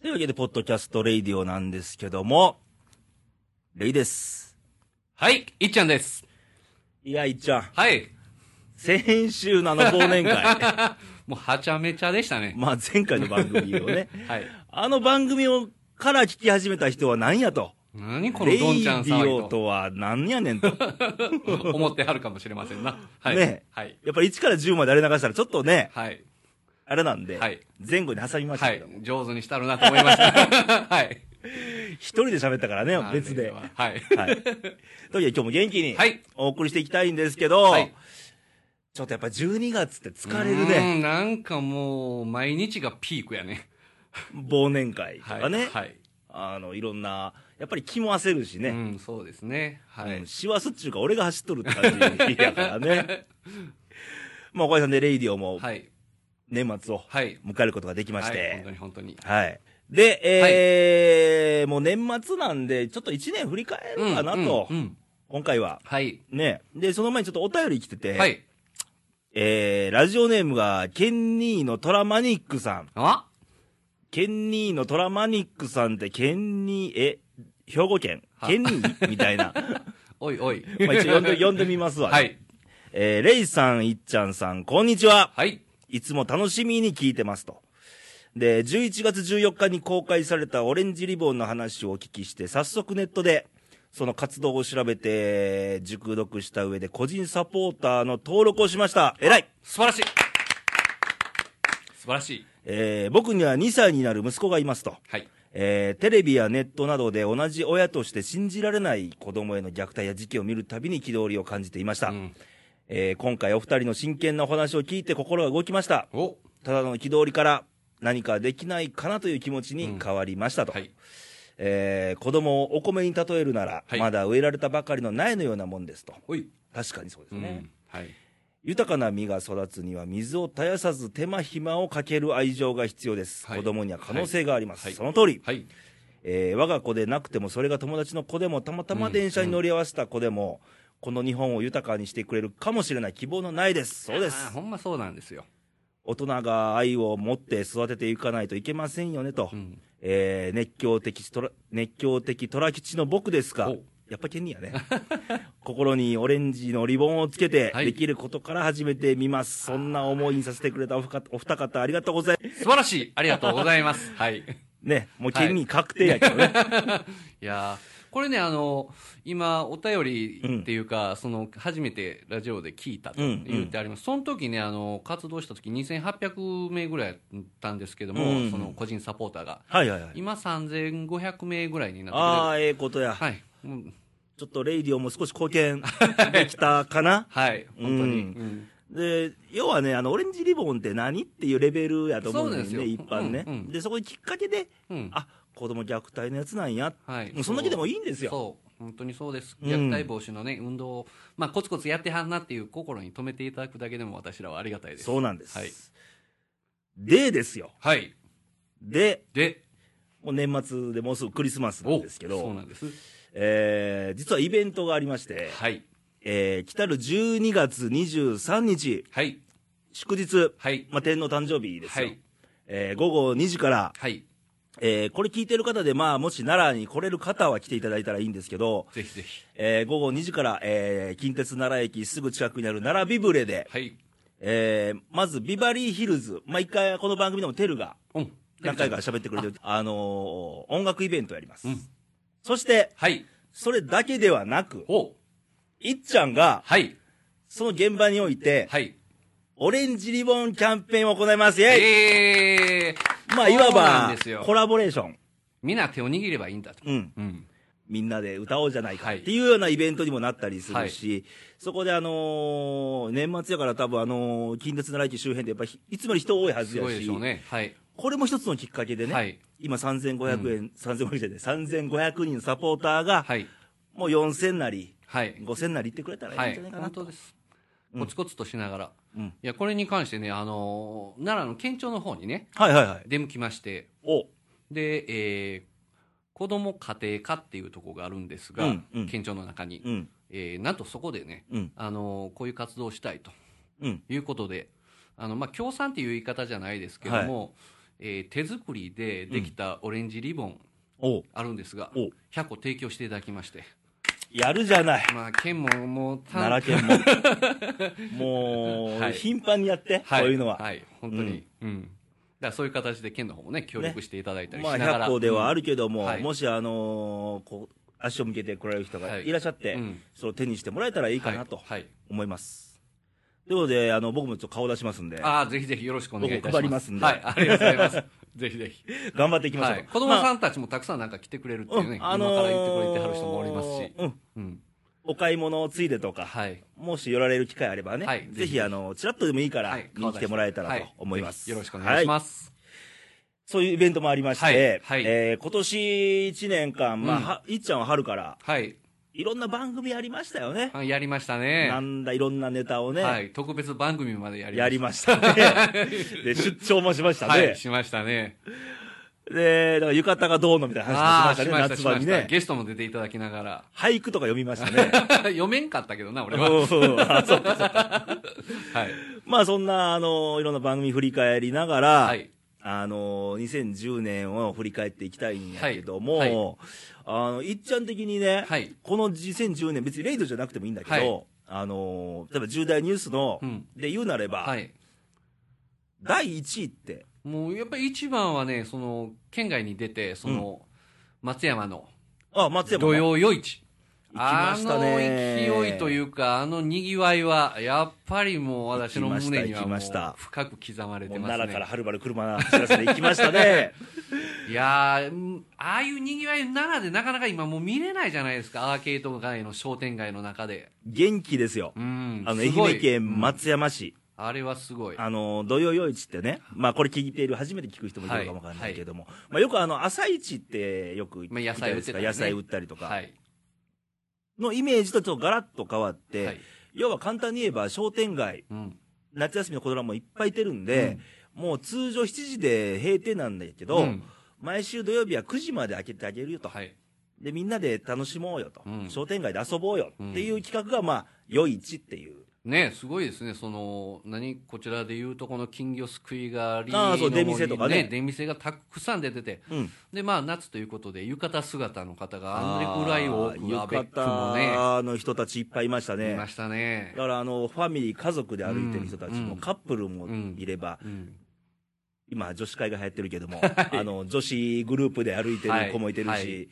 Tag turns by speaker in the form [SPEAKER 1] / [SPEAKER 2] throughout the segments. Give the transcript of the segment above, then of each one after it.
[SPEAKER 1] というわけで、ポッドキャストレイディオなんですけども、レイです。
[SPEAKER 2] はい、いっちゃんです。
[SPEAKER 1] いや、いっちゃん、
[SPEAKER 2] はい。
[SPEAKER 1] 先週のあの忘 年会、
[SPEAKER 2] もうはちゃめちゃでしたね。
[SPEAKER 1] まあ前回の番組をね、
[SPEAKER 2] はい。
[SPEAKER 1] あの番組をから聞き始めた人は何やと。
[SPEAKER 2] 何こ
[SPEAKER 1] レ
[SPEAKER 2] の
[SPEAKER 1] イデ
[SPEAKER 2] どんちゃん騒
[SPEAKER 1] ィオ
[SPEAKER 2] ぎと
[SPEAKER 1] とは何やねんと。
[SPEAKER 2] 思ってはるかもしれませんな。はい。
[SPEAKER 1] ね
[SPEAKER 2] はい。
[SPEAKER 1] やっぱり1から10まであれ流したらちょっとね、
[SPEAKER 2] はい。
[SPEAKER 1] あれなんで
[SPEAKER 2] はい、
[SPEAKER 1] 前後に挟みました
[SPEAKER 2] は
[SPEAKER 1] け
[SPEAKER 2] い
[SPEAKER 1] ど、。
[SPEAKER 2] 上手にしたるなと思いました。 はい。
[SPEAKER 1] 一人で喋ったからね、別で。は
[SPEAKER 2] はい。
[SPEAKER 1] い。というわけで今日も元気に
[SPEAKER 2] はい
[SPEAKER 1] お送りしていきたいんですけど、
[SPEAKER 2] はい
[SPEAKER 1] ちょっとやっぱ12月って疲れるね。
[SPEAKER 2] うんなんかもう、毎日がピークやね。
[SPEAKER 1] 忘年会とかね、
[SPEAKER 2] はい。
[SPEAKER 1] あのいろんな、やっぱり気も焦るし
[SPEAKER 2] う
[SPEAKER 1] ね、
[SPEAKER 2] ん、そうですね。は
[SPEAKER 1] う
[SPEAKER 2] い
[SPEAKER 1] ん。師走っちゅうか、俺が走っとるって感じやから ね。まあ、おかげさんで、レイディオも
[SPEAKER 2] はい。
[SPEAKER 1] 年末を
[SPEAKER 2] はい。
[SPEAKER 1] 迎えることができまし
[SPEAKER 2] はい本
[SPEAKER 1] て
[SPEAKER 2] 当、に本当に。
[SPEAKER 1] はい。で、えーもう年末なんで、ちょっと1年振り返るかなと、
[SPEAKER 2] うんうん
[SPEAKER 1] 今回は。
[SPEAKER 2] はい。
[SPEAKER 1] ね。で、その前にちょっとお便り来てて、
[SPEAKER 2] はい。
[SPEAKER 1] えー、ラジオネームが、ケンニーのトラマニックさん。
[SPEAKER 2] あ
[SPEAKER 1] ケンニーのトラマニックさんって、ケンニー、え、兵庫県
[SPEAKER 2] は
[SPEAKER 1] ケンニーみたいな。
[SPEAKER 2] おいおい。
[SPEAKER 1] まあ一応呼んで、呼んでみますわ、
[SPEAKER 2] は。い。
[SPEAKER 1] えーレイさん、いっちゃんさん、こんにちは。
[SPEAKER 2] はい。
[SPEAKER 1] いつも楽しみに聞いてますと。で、11月14日に公開されたオレンジリボンの話をお聞きして、早速ネットで、その活動を調べて、熟読した上で個人サポーターの登録をしました。偉い
[SPEAKER 2] 素晴らしい素晴らしい
[SPEAKER 1] えー僕には2歳になる息子がいますと。
[SPEAKER 2] はい
[SPEAKER 1] えーテレビやネットなどで同じ親として信じられない子供への虐待や事件を見るたびに憤りを感じていました。
[SPEAKER 2] うん
[SPEAKER 1] えー今回お二人の真剣なお話を聞いて心が動きました。
[SPEAKER 2] お
[SPEAKER 1] ただの憤りから何かできないかなという気持ちに変わりましたと。
[SPEAKER 2] はい
[SPEAKER 1] えー子供をお米に例えるなら、
[SPEAKER 2] はい
[SPEAKER 1] まだ植えられたばかりの苗のようなもんですと。
[SPEAKER 2] おい
[SPEAKER 1] 確かにそうです
[SPEAKER 2] うん
[SPEAKER 1] ね。
[SPEAKER 2] はい
[SPEAKER 1] 豊かな実が育つには水を絶やさず手間暇をかける愛情が必要です。
[SPEAKER 2] はい
[SPEAKER 1] 子供には可能性があります。
[SPEAKER 2] はいはい
[SPEAKER 1] その通り、
[SPEAKER 2] はい
[SPEAKER 1] えー我が子でなくてもそれが友達の子でもたまたま電車に乗り合わせた子でも、この日本を豊かにしてくれるかもしれない希望のないです。そうです
[SPEAKER 2] あー。ほんまそうなんですよ
[SPEAKER 1] 大人が愛を持って育てていかないといけませんよねと、
[SPEAKER 2] うん
[SPEAKER 1] えー熱狂的トラ、熱狂的虎吉の僕ですが
[SPEAKER 2] お、
[SPEAKER 1] やっぱケニーやね。 心にオレンジのリボンをつけて、
[SPEAKER 2] はい
[SPEAKER 1] できることから始めてみます。そんな思いにさせてくれたおふかお二方、ありがとうございます。
[SPEAKER 2] 素晴らしいありがとうございますはい
[SPEAKER 1] ね、もう
[SPEAKER 2] はい
[SPEAKER 1] ケニー確定やけど ね。
[SPEAKER 2] いやーこれねあの今お便りっていうか、その初めてラジオで聞いたと
[SPEAKER 1] うんうん
[SPEAKER 2] 言ってあります、その時ねあの活動した時2800名ぐらいやったんですけども、
[SPEAKER 1] うんうん
[SPEAKER 2] その個人サポーターが
[SPEAKER 1] はいはいはい。
[SPEAKER 2] 今3500名ぐらいにな
[SPEAKER 1] あ
[SPEAKER 2] っ
[SPEAKER 1] あ、ええことや
[SPEAKER 2] て。てはいうん
[SPEAKER 1] ちょっとレイディオも少し貢献できたか な。
[SPEAKER 2] はい本当に、
[SPEAKER 1] うん
[SPEAKER 2] うん
[SPEAKER 1] で要はねあのオレンジリボンって何っていうレベルやと思うんだよ
[SPEAKER 2] そう
[SPEAKER 1] ね
[SPEAKER 2] ですよ
[SPEAKER 1] 一般ね、
[SPEAKER 2] うんうん
[SPEAKER 1] でそこにきっかけで、
[SPEAKER 2] うん
[SPEAKER 1] あ子供虐待のやつなんや、
[SPEAKER 2] はい、
[SPEAKER 1] もうそんだけでもいいんですよ
[SPEAKER 2] そう本当にそうです
[SPEAKER 1] うん
[SPEAKER 2] 虐待防止のね、運動を、まあ、コツコツやってはんなっていう心に留めていただくだけでも私らはありがたいです
[SPEAKER 1] そうなんです、
[SPEAKER 2] はい
[SPEAKER 1] でですよ
[SPEAKER 2] はい
[SPEAKER 1] で
[SPEAKER 2] で
[SPEAKER 1] もう年末でもうすぐクリスマスなんですけ
[SPEAKER 2] おそう
[SPEAKER 1] ど
[SPEAKER 2] なんです
[SPEAKER 1] えー実はイベントがありまして、
[SPEAKER 2] はい
[SPEAKER 1] えー来たる12月23日
[SPEAKER 2] はい
[SPEAKER 1] 祝日、
[SPEAKER 2] はい
[SPEAKER 1] まあ、天皇誕生日ですよ、
[SPEAKER 2] はい
[SPEAKER 1] えー午後2時から、
[SPEAKER 2] はい
[SPEAKER 1] えーこれ聞いてる方で、まあ、もし奈良に来れる方は来ていただいたらいいんですけど、
[SPEAKER 2] ぜひぜひ
[SPEAKER 1] えー午後2時から、えー近鉄奈良駅すぐ近くにある奈良ビブレで、
[SPEAKER 2] はい
[SPEAKER 1] えーまずビバリーヒルズ、毎回この番組でもテルが
[SPEAKER 2] うん
[SPEAKER 1] 何回か喋ってくれてる、あのー音楽イベントやります。
[SPEAKER 2] うん
[SPEAKER 1] そして、
[SPEAKER 2] はい
[SPEAKER 1] それだけではなく、
[SPEAKER 2] お
[SPEAKER 1] いっちゃんが、
[SPEAKER 2] はい
[SPEAKER 1] その現場において、
[SPEAKER 2] はい
[SPEAKER 1] オレンジリボンキャンペーンを行います。イェイ
[SPEAKER 2] ええー、
[SPEAKER 1] まあ、いわ
[SPEAKER 2] そうなん
[SPEAKER 1] ば
[SPEAKER 2] です、よ
[SPEAKER 1] コラボレーション。
[SPEAKER 2] みんな手を握ればいいんだと
[SPEAKER 1] うん。
[SPEAKER 2] うん
[SPEAKER 1] みんなで歌おうじゃないか
[SPEAKER 2] はい
[SPEAKER 1] っていうようなイベントにもなったりするし、そこであのー年末やから多分あのー近鉄奈良駅周辺でやっぱりいつもより人多いはず
[SPEAKER 2] す
[SPEAKER 1] や
[SPEAKER 2] ごい
[SPEAKER 1] し、
[SPEAKER 2] でしょうねはい
[SPEAKER 1] これも一つのきっかけでね、
[SPEAKER 2] はい
[SPEAKER 1] 今3500円、3500円じゃない、3500人のサポーターが、
[SPEAKER 2] はい
[SPEAKER 1] もう4000なり、
[SPEAKER 2] はい
[SPEAKER 1] 5000なり行ってくれたら
[SPEAKER 2] はい
[SPEAKER 1] いん
[SPEAKER 2] い
[SPEAKER 1] じゃないかな
[SPEAKER 2] 本
[SPEAKER 1] と。
[SPEAKER 2] 当ですコツコツとしながら、
[SPEAKER 1] うん
[SPEAKER 2] いやこれに関してね、あのー奈良の県庁の方にね
[SPEAKER 1] はい、はいはいはい
[SPEAKER 2] 出向きまして
[SPEAKER 1] お、
[SPEAKER 2] で、えー子ども家庭科っていうところがあるんですが、
[SPEAKER 1] うんうん
[SPEAKER 2] 県庁の中に、
[SPEAKER 1] うん、
[SPEAKER 2] えーなんとそこでね、
[SPEAKER 1] うん、
[SPEAKER 2] あのーこういう活動をしたいと
[SPEAKER 1] うん、
[SPEAKER 2] いうことであの、まあ、協賛っていう言い方じゃないですけども、えー手作りでできたオレンジリボン
[SPEAKER 1] おう
[SPEAKER 2] あるんですが、
[SPEAKER 1] お
[SPEAKER 2] 100個提供していただきまして、
[SPEAKER 1] やるじゃない。
[SPEAKER 2] まあ、県ももうた
[SPEAKER 1] 奈良県 も。もう、
[SPEAKER 2] はい
[SPEAKER 1] 頻繁にやって、
[SPEAKER 2] はい、
[SPEAKER 1] こういうのは。
[SPEAKER 2] はい、本当に、うんだからそういう形で県の方もね、協力していただいたりし
[SPEAKER 1] まあ、
[SPEAKER 2] ながら、
[SPEAKER 1] 100校ではあるけども、
[SPEAKER 2] うんはい
[SPEAKER 1] もし、あのーこう足を向けてこられる人が
[SPEAKER 2] はい
[SPEAKER 1] いらっしゃって、
[SPEAKER 2] うん
[SPEAKER 1] それを手にしてもらえたらい
[SPEAKER 2] い
[SPEAKER 1] いかなと
[SPEAKER 2] はい、
[SPEAKER 1] 思います。ということで、あの僕もちょっと顔出しますんで、
[SPEAKER 2] ああ、ぜひぜひよろしくお願いいたします。
[SPEAKER 1] 僕配りますんで
[SPEAKER 2] はい、ありがとうございます。 ぜひぜひ。
[SPEAKER 1] 頑張っていきましょう。
[SPEAKER 2] はい、子供さんたちもたくさんなんか来てくれるっていうね、
[SPEAKER 1] まあ
[SPEAKER 2] 今から言ってくれてはる人もおりますし、
[SPEAKER 1] うん
[SPEAKER 2] うん、
[SPEAKER 1] お買い物ついでとか、
[SPEAKER 2] はい、
[SPEAKER 1] もし寄られる機会あればね、
[SPEAKER 2] はい
[SPEAKER 1] ぜひ
[SPEAKER 2] ぜひ
[SPEAKER 1] あのちらっとでもいいから、
[SPEAKER 2] はい、
[SPEAKER 1] 見に来てもらえたらと思います。
[SPEAKER 2] ぜひよろしくお願いし
[SPEAKER 1] は
[SPEAKER 2] ます。
[SPEAKER 1] そういうイベントもありまして、
[SPEAKER 2] はいはい
[SPEAKER 1] えー今年1年間、まあ
[SPEAKER 2] うん
[SPEAKER 1] は、いっちゃんは春から、
[SPEAKER 2] はい、
[SPEAKER 1] いろんな番組やりましたよね。
[SPEAKER 2] はいやりましたね。
[SPEAKER 1] なんだ、いろんなネタをね、
[SPEAKER 2] はい、特別番組までやり
[SPEAKER 1] や
[SPEAKER 2] ま
[SPEAKER 1] り
[SPEAKER 2] し
[SPEAKER 1] ましたね。で、出張もしました
[SPEAKER 2] た。
[SPEAKER 1] ね。
[SPEAKER 2] はい、しましたね。
[SPEAKER 1] で、だから浴衣がどうのみたいな話もしましたね、夏場にね。
[SPEAKER 2] ゲストも出ていただきながら。
[SPEAKER 1] 俳句とか読みましたね。
[SPEAKER 2] 読めんかったけどな、
[SPEAKER 1] う
[SPEAKER 2] 俺
[SPEAKER 1] ん
[SPEAKER 2] は。は
[SPEAKER 1] う
[SPEAKER 2] い。
[SPEAKER 1] んあそうかそうかまあそんな、あの、いろんな番組振り返りながら、
[SPEAKER 2] はい。
[SPEAKER 1] あの、2010年を振り返っていきたいんやけども、
[SPEAKER 2] はい
[SPEAKER 1] あの、いっちゃん的にね、
[SPEAKER 2] はい。
[SPEAKER 1] この2010年、別にレイドじゃなくてもいいんだけど、
[SPEAKER 2] はい
[SPEAKER 1] あの、例えば重大ニュースの、
[SPEAKER 2] うん
[SPEAKER 1] で言うなれば、
[SPEAKER 2] はい。
[SPEAKER 1] 第1位って、
[SPEAKER 2] もう、やっぱり一番はね、その、県外に出て、その、松山の、
[SPEAKER 1] あ、松山の
[SPEAKER 2] 土曜夜市。
[SPEAKER 1] 行きましたね
[SPEAKER 2] あの勢いというか、あの賑わいは、やっぱりもう私の胸に
[SPEAKER 1] 行き
[SPEAKER 2] はも
[SPEAKER 1] ま
[SPEAKER 2] う
[SPEAKER 1] した行きました
[SPEAKER 2] 深く刻まれ
[SPEAKER 1] も
[SPEAKER 2] て
[SPEAKER 1] う
[SPEAKER 2] ます
[SPEAKER 1] 奈良から
[SPEAKER 2] ね。
[SPEAKER 1] はるばる車走らせて行きました ね。
[SPEAKER 2] いやー、うんああいう賑わい奈良でなかなか今もう見れないじゃないですか、アーケード街の商店街の中で。
[SPEAKER 1] 元気ですよ。
[SPEAKER 2] うん。
[SPEAKER 1] あの、
[SPEAKER 2] すごい
[SPEAKER 1] 愛媛県松山市、
[SPEAKER 2] あれはすごい。
[SPEAKER 1] あの、土曜夜市ってね、まあこれ聞いている、初めて聞く人もいるかもわかんないけども、まあよくあの、朝市ってよく言って
[SPEAKER 2] まあ野菜売ってたりね
[SPEAKER 1] 野菜売ったりとか、
[SPEAKER 2] はい。
[SPEAKER 1] のイメージとちょっとガラッと変わって、
[SPEAKER 2] はい。
[SPEAKER 1] 要は簡単に言えば商店街、
[SPEAKER 2] うん。
[SPEAKER 1] 夏休みの子供もいっぱいいてるんで、もう通常7時で閉店なんだけど、
[SPEAKER 2] うん
[SPEAKER 1] 毎週土曜日は9時まで開けてあげるよと。
[SPEAKER 2] はい。
[SPEAKER 1] で、みんなで楽しもうよと。
[SPEAKER 2] うん
[SPEAKER 1] 商店街で遊ぼうよっていう企画が、まあ、夜市っていう。
[SPEAKER 2] ねすごいですね、その、何、こちらでいうと、この金魚すくいがり
[SPEAKER 1] ああそう
[SPEAKER 2] の
[SPEAKER 1] 出店とかね
[SPEAKER 2] 出店がたくさん出てて、
[SPEAKER 1] うん
[SPEAKER 2] で、まあ、夏ということで、浴衣姿の方があんまりぐらい多く、アベッ
[SPEAKER 1] 浴
[SPEAKER 2] クもね、
[SPEAKER 1] 衣の人たちいっぱいいました
[SPEAKER 2] い
[SPEAKER 1] ね
[SPEAKER 2] ま。したね
[SPEAKER 1] だ。から、あの、ファミリー、家族で歩いてる人たちも、
[SPEAKER 2] うん
[SPEAKER 1] カップルもいれば、
[SPEAKER 2] うん。
[SPEAKER 1] 今、女子会が流行ってるけど も、あの、女子グループで歩いてる子もいてるし、
[SPEAKER 2] はいはい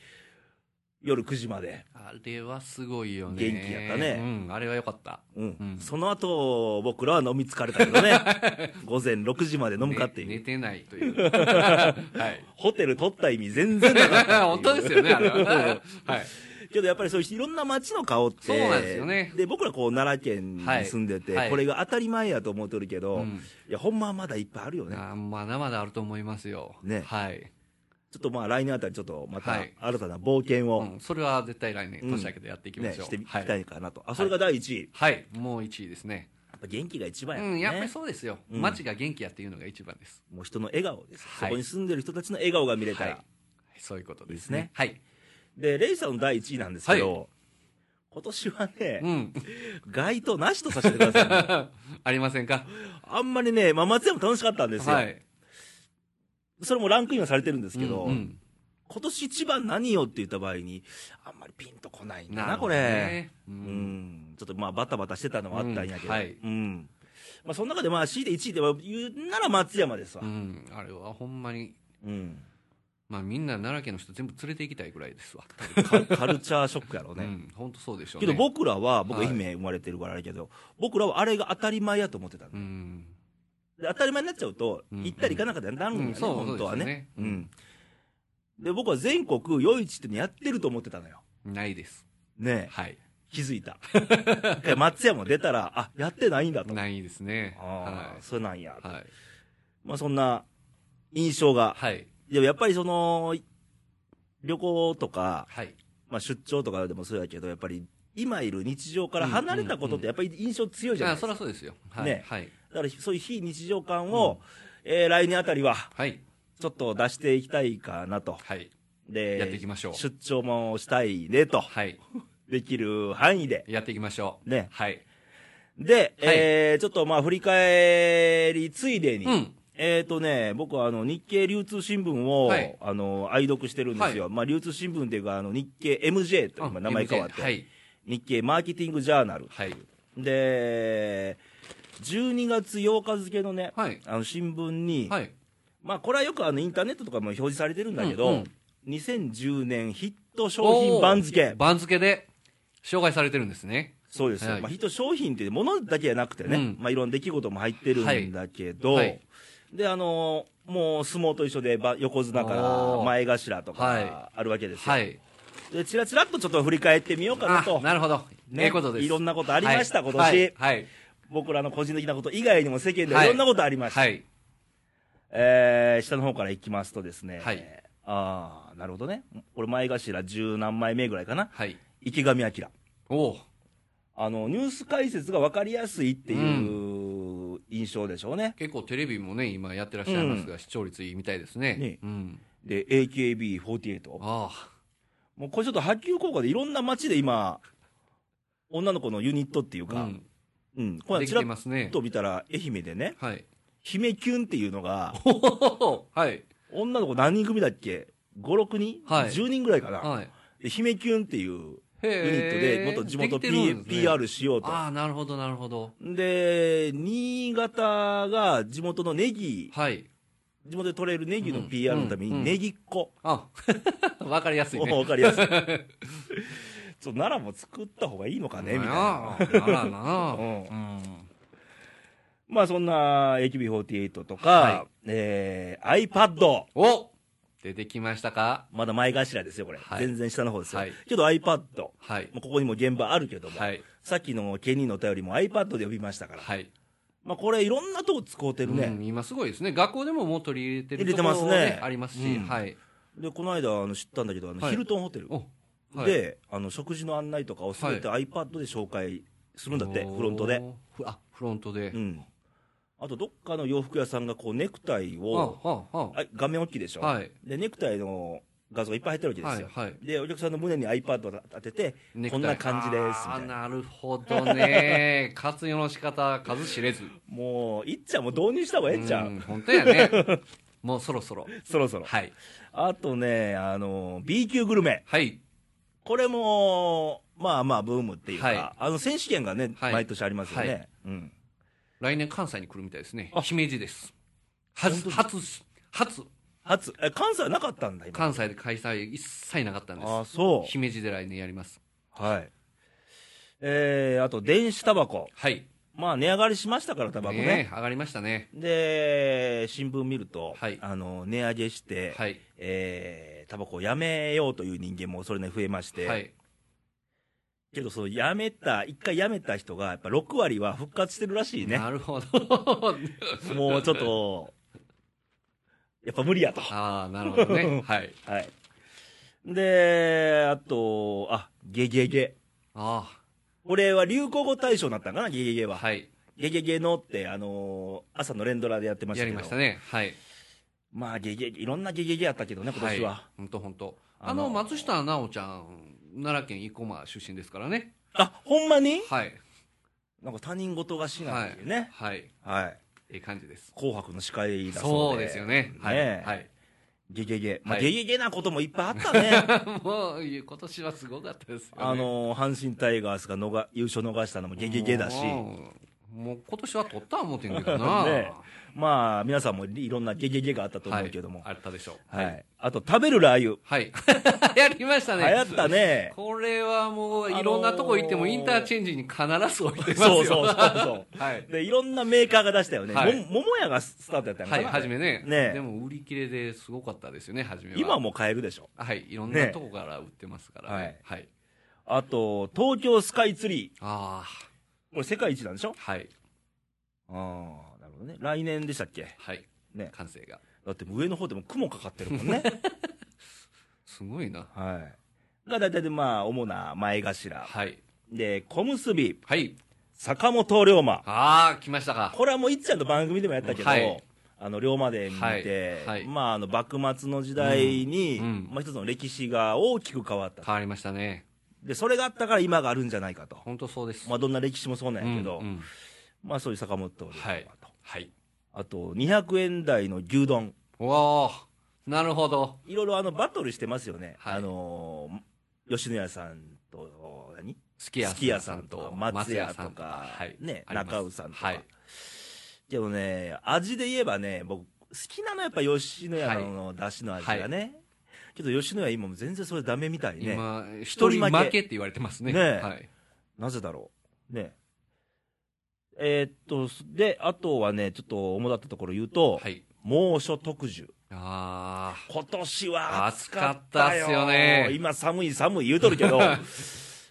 [SPEAKER 1] 夜9時まで。
[SPEAKER 2] あれはすごいよね。
[SPEAKER 1] 元気やったね
[SPEAKER 2] うん、あれは良かった。
[SPEAKER 1] うん。
[SPEAKER 2] うん
[SPEAKER 1] その後、僕らは飲み疲れたけどね。 午前6時まで飲むかっていう。
[SPEAKER 2] ね寝てないという。 はい。
[SPEAKER 1] ホテル取った意味全然なかったっていう。
[SPEAKER 2] 本当ですよね、あれ は。はい。
[SPEAKER 1] けどやっぱりそういういろんな街の顔って。
[SPEAKER 2] そうなんですよね
[SPEAKER 1] で、僕らこう奈良県に住んでて、
[SPEAKER 2] はいはい
[SPEAKER 1] これが当たり前やと思ってるけど、
[SPEAKER 2] うん
[SPEAKER 1] いや、ほんまはまだいっぱいあるよね。
[SPEAKER 2] あまだまだあると思いますよ。
[SPEAKER 1] ね
[SPEAKER 2] はい。
[SPEAKER 1] ちょっとまあ来年あたりちょっとまた
[SPEAKER 2] はい
[SPEAKER 1] 新たな冒険
[SPEAKER 2] う
[SPEAKER 1] を
[SPEAKER 2] ん、それは絶対来年、
[SPEAKER 1] うん
[SPEAKER 2] 年明けでやっていき
[SPEAKER 1] ね、
[SPEAKER 2] ましょう。
[SPEAKER 1] していき
[SPEAKER 2] は
[SPEAKER 1] た
[SPEAKER 2] い。
[SPEAKER 1] いかなと。あ、それが第一位。
[SPEAKER 2] はい、もう1位ですね。
[SPEAKER 1] やっぱ元気が一番や
[SPEAKER 2] う
[SPEAKER 1] もん
[SPEAKER 2] ん、
[SPEAKER 1] ね。
[SPEAKER 2] やっぱりそうですよ。
[SPEAKER 1] うん
[SPEAKER 2] 街が元気やっていうのが一番です。
[SPEAKER 1] もう人の笑顔です、
[SPEAKER 2] はい
[SPEAKER 1] そこに住んでる人たちの笑顔が見れた
[SPEAKER 2] は
[SPEAKER 1] ら。
[SPEAKER 2] い。そういうことです
[SPEAKER 1] いい
[SPEAKER 2] ね
[SPEAKER 1] で。
[SPEAKER 2] はい。
[SPEAKER 1] で、レイさんの第一位なんですけど、今年は
[SPEAKER 2] う
[SPEAKER 1] ね、
[SPEAKER 2] ん。
[SPEAKER 1] 街灯なしとさせてください、
[SPEAKER 2] ありませんか
[SPEAKER 1] あんまりね、まあ松山楽しかったんですよ。
[SPEAKER 2] はい。
[SPEAKER 1] それもランクインはされてるんですけど、
[SPEAKER 2] うんうん
[SPEAKER 1] 今年一番何よって言った場合に、あんまりピンとこないんだな、
[SPEAKER 2] るほ
[SPEAKER 1] こ
[SPEAKER 2] ど
[SPEAKER 1] れ、
[SPEAKER 2] ねう。
[SPEAKER 1] うんん。ちょっとまあ、バタバタしてたのはあったんやけど。
[SPEAKER 2] うんはい
[SPEAKER 1] うんまあ、その中でまあ、強いて1位では言うなら松山ですわ
[SPEAKER 2] う。ん。あれはほんまに、
[SPEAKER 1] うん。
[SPEAKER 2] まあみんな奈良県の人全部連れて行きたいぐらいですわ。
[SPEAKER 1] カカルチャーショックやろう
[SPEAKER 2] う
[SPEAKER 1] ね。
[SPEAKER 2] ん。本当そうでしょう
[SPEAKER 1] け
[SPEAKER 2] ね。
[SPEAKER 1] ど僕らは、僕
[SPEAKER 2] はい
[SPEAKER 1] 愛媛生まれてるからあれけど、僕らはあれが当たり前やと思ってたの、
[SPEAKER 2] うん。
[SPEAKER 1] で当たり前になっちゃうと、
[SPEAKER 2] うん
[SPEAKER 1] 行ったり行かなかったりなるんやね、
[SPEAKER 2] うんそう
[SPEAKER 1] 本当は
[SPEAKER 2] そう
[SPEAKER 1] ね
[SPEAKER 2] ですよね。
[SPEAKER 1] うん。で、僕は全国夜市ってのやってると思ってたのよ。
[SPEAKER 2] ないです。
[SPEAKER 1] ねえ。
[SPEAKER 2] はい。
[SPEAKER 1] 気づいた。一回松山出たら、あ、やってないんだと。
[SPEAKER 2] ないですね。
[SPEAKER 1] ああ、
[SPEAKER 2] は
[SPEAKER 1] そうなんや。
[SPEAKER 2] い。はい。
[SPEAKER 1] まあそんな印象が。
[SPEAKER 2] はい。
[SPEAKER 1] でもやっぱりその、旅行とか、
[SPEAKER 2] はい。
[SPEAKER 1] まあ出張とかでもそうやけど、やっぱり今いる日常から離れたことってやっぱり印象強いじゃない
[SPEAKER 2] あ
[SPEAKER 1] です
[SPEAKER 2] そり
[SPEAKER 1] か。
[SPEAKER 2] ゃそうですよ。はい。
[SPEAKER 1] ね
[SPEAKER 2] はい。
[SPEAKER 1] だからそういう非日常感を、えー来年あたりは
[SPEAKER 2] はい。
[SPEAKER 1] ちょっと出していきたいかなと。
[SPEAKER 2] はい。
[SPEAKER 1] で、
[SPEAKER 2] やっていきましょう
[SPEAKER 1] 出張もしたいねと。
[SPEAKER 2] はい。
[SPEAKER 1] できる範囲で。
[SPEAKER 2] やっていきましょう。
[SPEAKER 1] ね
[SPEAKER 2] はい。
[SPEAKER 1] で、えーちょっとまあ振り返りついでに、
[SPEAKER 2] うん。
[SPEAKER 1] えっ、とね、僕はあの日経流通新聞を、
[SPEAKER 2] はい
[SPEAKER 1] あの愛読してるんですよ、
[SPEAKER 2] は
[SPEAKER 1] まあ、流通新聞っていうか、あの日経 MJ と今、名前変わって、
[SPEAKER 2] MJ はい。
[SPEAKER 1] 日経マーケティングジャーナル、
[SPEAKER 2] はい。
[SPEAKER 1] で、12月8日付のね、
[SPEAKER 2] はい
[SPEAKER 1] あの新聞に、
[SPEAKER 2] はい。
[SPEAKER 1] まあ、これはよくあのインターネットとかも表示されてるんだけど、
[SPEAKER 2] うんうん
[SPEAKER 1] 2010年ヒット商品番付、
[SPEAKER 2] 番付で、紹介されてるんですね。
[SPEAKER 1] そうですよ、
[SPEAKER 2] はい
[SPEAKER 1] まあ、ヒット商品ってものだけじゃなくてね、
[SPEAKER 2] うん
[SPEAKER 1] まあ、いろんな出来事も入ってるんだけど、
[SPEAKER 2] はいはい
[SPEAKER 1] であのーもう相撲と一緒でば横綱か
[SPEAKER 2] お
[SPEAKER 1] ら前
[SPEAKER 2] ー
[SPEAKER 1] 頭と
[SPEAKER 2] はい
[SPEAKER 1] かあるわけですよ、
[SPEAKER 2] はい。
[SPEAKER 1] でちらちらっとちょっと振り返ってみようかな
[SPEAKER 2] あ
[SPEAKER 1] と、
[SPEAKER 2] なるほど。
[SPEAKER 1] ね
[SPEAKER 2] ええことです。
[SPEAKER 1] いろんなことありました
[SPEAKER 2] はい
[SPEAKER 1] 今年
[SPEAKER 2] はい。はい
[SPEAKER 1] 僕らの個人的なこと以外にも世間では
[SPEAKER 2] はい
[SPEAKER 1] いろんなことありました、
[SPEAKER 2] はい。
[SPEAKER 1] えー下の方からいきますとですね、
[SPEAKER 2] はい
[SPEAKER 1] ああなるほどね俺前頭十何枚目ぐらいかな
[SPEAKER 2] はい。
[SPEAKER 1] 池上彰
[SPEAKER 2] おお。
[SPEAKER 1] あのニュース解説が分かりやすいっていう印象でしょうね、
[SPEAKER 2] 結構テレビもね、今やってらっしゃいますが、視聴率いいみたいですね。
[SPEAKER 1] ね
[SPEAKER 2] うん。
[SPEAKER 1] で AKB48
[SPEAKER 2] ああ。
[SPEAKER 1] もうこれちょっと波及効果でいろんな街で今女の子のユニットっていう
[SPEAKER 2] う
[SPEAKER 1] か、
[SPEAKER 2] ん。
[SPEAKER 1] うんこれ
[SPEAKER 2] で
[SPEAKER 1] ち
[SPEAKER 2] き
[SPEAKER 1] らって
[SPEAKER 2] ますね。
[SPEAKER 1] と見たら愛媛でね
[SPEAKER 2] はい。
[SPEAKER 1] 姫キュンっていうの が
[SPEAKER 2] おお。はい。
[SPEAKER 1] 女の子何人組だっけ56人、
[SPEAKER 2] はい
[SPEAKER 1] 10人ぐらいかな、
[SPEAKER 2] はい。
[SPEAKER 1] で姫キュンっていう
[SPEAKER 2] へ
[SPEAKER 1] ユニット
[SPEAKER 2] え
[SPEAKER 1] でもっと地元
[SPEAKER 2] できてる
[SPEAKER 1] P、
[SPEAKER 2] んですね
[SPEAKER 1] PR しようと
[SPEAKER 2] ああ、なるほど、なるほど。
[SPEAKER 1] で新潟が地元のネギ
[SPEAKER 2] はい。
[SPEAKER 1] 地元で取れるネギの
[SPEAKER 2] うん
[SPEAKER 1] PR のため
[SPEAKER 2] うんう
[SPEAKER 1] に
[SPEAKER 2] ん
[SPEAKER 1] ネギっ子、
[SPEAKER 2] あ わかりやすい
[SPEAKER 1] もう
[SPEAKER 2] ね。
[SPEAKER 1] 分かりやすい そう奈良も作った方がいいのかねみたいな
[SPEAKER 2] ああならな。
[SPEAKER 1] う
[SPEAKER 2] うんん。
[SPEAKER 1] まあそんな AKB48 とか、
[SPEAKER 2] は
[SPEAKER 1] えー iPad。
[SPEAKER 2] お出てきましたか
[SPEAKER 1] まだ前頭ですよ、これ。
[SPEAKER 2] はい
[SPEAKER 1] 全然下の方ですよ。
[SPEAKER 2] はい
[SPEAKER 1] けど iPad。も。
[SPEAKER 2] はいう
[SPEAKER 1] ここにも現場あるけども、
[SPEAKER 2] はい。
[SPEAKER 1] さっきのケニーのお便りも iPad で呼びましたから。
[SPEAKER 2] はい。
[SPEAKER 1] まあこれいろんなとこ使うてるね。
[SPEAKER 2] うん今すごいですね。学校でももう取り入れて
[SPEAKER 1] 入
[SPEAKER 2] る
[SPEAKER 1] れて
[SPEAKER 2] とこ
[SPEAKER 1] ま
[SPEAKER 2] ろ
[SPEAKER 1] すね
[SPEAKER 2] もねありますし、
[SPEAKER 1] うん
[SPEAKER 2] はい。
[SPEAKER 1] で、この間あの知ったんだけど、あの
[SPEAKER 2] はい
[SPEAKER 1] ヒルトンホテル。
[SPEAKER 2] お、はい、
[SPEAKER 1] で、あの、食事の案内とかをすべて iPad で紹介するんだって、
[SPEAKER 2] おー
[SPEAKER 1] フロントで。。
[SPEAKER 2] ふあ、フロントで。
[SPEAKER 1] うん。あと、どっかの洋服屋さんがこう、ネクタイ
[SPEAKER 2] あ、
[SPEAKER 1] を、
[SPEAKER 2] はあ、は
[SPEAKER 1] あ画面大きいでしょ、
[SPEAKER 2] はい
[SPEAKER 1] でネクタイの画像がいっぱい入ってる
[SPEAKER 2] あ。
[SPEAKER 1] わけ
[SPEAKER 2] は
[SPEAKER 1] です
[SPEAKER 2] い、
[SPEAKER 1] よ、
[SPEAKER 2] はい。
[SPEAKER 1] でお客さんの胸に iPad を当てて
[SPEAKER 2] ネク
[SPEAKER 1] こ
[SPEAKER 2] タイ
[SPEAKER 1] んな感じですみた
[SPEAKER 2] あ
[SPEAKER 1] い
[SPEAKER 2] ー
[SPEAKER 1] な
[SPEAKER 2] なるほ どね。活用の仕方、数知れず。
[SPEAKER 1] もういっちゃんも導入した方がええんちゃう、
[SPEAKER 2] うん本当やね。もうそろそろ。
[SPEAKER 1] そろそろ
[SPEAKER 2] はい。
[SPEAKER 1] あとねあの B 級グルメ
[SPEAKER 2] はい。
[SPEAKER 1] これもまあまあブームっていうか、
[SPEAKER 2] はい
[SPEAKER 1] あの選手権がね、
[SPEAKER 2] はい
[SPEAKER 1] 毎年ありますよね、
[SPEAKER 2] はい
[SPEAKER 1] うん、
[SPEAKER 2] 来年関西に来るみたいですね
[SPEAKER 1] あ。
[SPEAKER 2] 姫路です。初、初、初、
[SPEAKER 1] 初え関西はなかったんだ今
[SPEAKER 2] 関西で開催一切なかったんで
[SPEAKER 1] あ
[SPEAKER 2] す。
[SPEAKER 1] そ
[SPEAKER 2] 姫路で来年やります。
[SPEAKER 1] うはいえー、あと電子タバコ
[SPEAKER 2] はい。
[SPEAKER 1] まあ値上がりしましたからタバコね
[SPEAKER 2] ねえ上がりましたね。
[SPEAKER 1] で、新聞見ると、
[SPEAKER 2] はい
[SPEAKER 1] あの値上げして、
[SPEAKER 2] はい。
[SPEAKER 1] えータバコをやめようという人間もそれなりに増えまして、
[SPEAKER 2] はい。
[SPEAKER 1] けど、そのやめた、一回やめた人が、やっぱ6割は復活してるらしいね、
[SPEAKER 2] なるほ ど。
[SPEAKER 1] もうちょっと、やっぱ無理やと。
[SPEAKER 2] ああ、なるほどね。はい。
[SPEAKER 1] はい、で、あと、あゲゲゲ、
[SPEAKER 2] あ
[SPEAKER 1] 俺は流行語大賞になったんかな、ゲゲゲ
[SPEAKER 2] あ、
[SPEAKER 1] は。
[SPEAKER 2] はい。
[SPEAKER 1] ゲゲゲのって、あのー朝の連ドラでやってました
[SPEAKER 2] や
[SPEAKER 1] け
[SPEAKER 2] り
[SPEAKER 1] ど、
[SPEAKER 2] ましたね。はい。
[SPEAKER 1] まあ、ゲゲゲ、いろんなゲゲゲやったけどね、今年は。
[SPEAKER 2] い。本当本当。
[SPEAKER 1] あ
[SPEAKER 2] あ
[SPEAKER 1] の
[SPEAKER 2] の、松下奈緒ちゃん、奈良県生駒出身ですからね。
[SPEAKER 1] あほんまに
[SPEAKER 2] はい。
[SPEAKER 1] なんか他人事がしないっていうね、
[SPEAKER 2] はい。
[SPEAKER 1] はい
[SPEAKER 2] ええ感じです。
[SPEAKER 1] 紅白の司会だ
[SPEAKER 2] そ
[SPEAKER 1] そう
[SPEAKER 2] う
[SPEAKER 1] で、
[SPEAKER 2] ですよね。はい。
[SPEAKER 1] ねえ
[SPEAKER 2] はい。
[SPEAKER 1] ゲゲゲ、まあ
[SPEAKER 2] はい
[SPEAKER 1] ゲゲゲなこともいっぱいあ ったね、
[SPEAKER 2] もう、今年はすごかったですよ、ね。
[SPEAKER 1] あの阪神タイガースがのが優勝逃したのもゲゲゲだし、
[SPEAKER 2] もうもう今年は取った思ってんけど な。
[SPEAKER 1] ねまあ、皆さんもいろんなゲゲゲがあったと思うけども、
[SPEAKER 2] はい、あったでしょう。
[SPEAKER 1] はいあと食べるラー
[SPEAKER 2] はい。 やりましたね。
[SPEAKER 1] 油、流行ったね、
[SPEAKER 2] これはもう、いろんなとこ行っても、
[SPEAKER 1] あのー
[SPEAKER 2] インターチェンジに必ず置いてますよ。
[SPEAKER 1] そうそうそうそ
[SPEAKER 2] はい。
[SPEAKER 1] う、でいろんなメーカーが出したよね、
[SPEAKER 2] はい
[SPEAKER 1] も桃屋がスタートやったんか
[SPEAKER 2] は
[SPEAKER 1] な、
[SPEAKER 2] い、初めね。
[SPEAKER 1] ねえ
[SPEAKER 2] でも、売り切れですごかったですよね、初めは。
[SPEAKER 1] 今もう買えるでしょ、
[SPEAKER 2] はい、いろんなとこから売ってますからね。
[SPEAKER 1] ね
[SPEAKER 2] はい。
[SPEAKER 1] あと東京スカイツリ
[SPEAKER 2] あ
[SPEAKER 1] ー、これ世界一なんでしょ
[SPEAKER 2] あ、はい、
[SPEAKER 1] ああ、なるほどね、来年でしたっけ、
[SPEAKER 2] はい。
[SPEAKER 1] ね
[SPEAKER 2] 完成が。
[SPEAKER 1] だってもう上の方でも雲かかってるもんね。
[SPEAKER 2] すごいな。
[SPEAKER 1] はい。が大体でまあ、主な前頭。
[SPEAKER 2] はい。
[SPEAKER 1] で、小結び、
[SPEAKER 2] はい。
[SPEAKER 1] 坂本龍馬。
[SPEAKER 2] ああ、来ましたか。
[SPEAKER 1] これはもういっちゃんと番組でもやったけど、
[SPEAKER 2] はい
[SPEAKER 1] あの、龍馬で見て、
[SPEAKER 2] はいはい
[SPEAKER 1] まあ、あの、幕末の時代に、
[SPEAKER 2] うんうん
[SPEAKER 1] まあ、一つの歴史が大きく変わった。
[SPEAKER 2] 変わりましたね。
[SPEAKER 1] で、それがあったから今があるんじゃないかと。
[SPEAKER 2] 本当そうです。
[SPEAKER 1] まあ、どんな歴史もそうなんやけど、
[SPEAKER 2] うんうん
[SPEAKER 1] まあ、そういう坂本龍馬と。
[SPEAKER 2] はい。はい。
[SPEAKER 1] あと200円台の牛丼、
[SPEAKER 2] おおなるほど。
[SPEAKER 1] いろいろあのバトルしてますよね、
[SPEAKER 2] はい
[SPEAKER 1] あのー吉野家さんと、何
[SPEAKER 2] すき家
[SPEAKER 1] すき家さんと、松屋とか、
[SPEAKER 2] はい
[SPEAKER 1] ね、
[SPEAKER 2] あります
[SPEAKER 1] 中尾さんとか、
[SPEAKER 2] はい
[SPEAKER 1] でもね、味で言えばね、僕、好きなのはやっぱ吉野家の出汁の味がね、けど吉野家、今、全然それダメみたいね、
[SPEAKER 2] 今、
[SPEAKER 1] 一人
[SPEAKER 2] 一人
[SPEAKER 1] 負け
[SPEAKER 2] 負けって言われてますね。
[SPEAKER 1] ねえ
[SPEAKER 2] はい。
[SPEAKER 1] なぜだろう、ね。えーっと、で、あとはね、ちょっと主だったところ言うと、
[SPEAKER 2] はい。
[SPEAKER 1] 猛暑特需。
[SPEAKER 2] あ
[SPEAKER 1] 今年は暑
[SPEAKER 2] 暑
[SPEAKER 1] か
[SPEAKER 2] か
[SPEAKER 1] っ
[SPEAKER 2] ったた
[SPEAKER 1] よ
[SPEAKER 2] っすよね
[SPEAKER 1] 今寒い寒い言うとるけ ど
[SPEAKER 2] ー。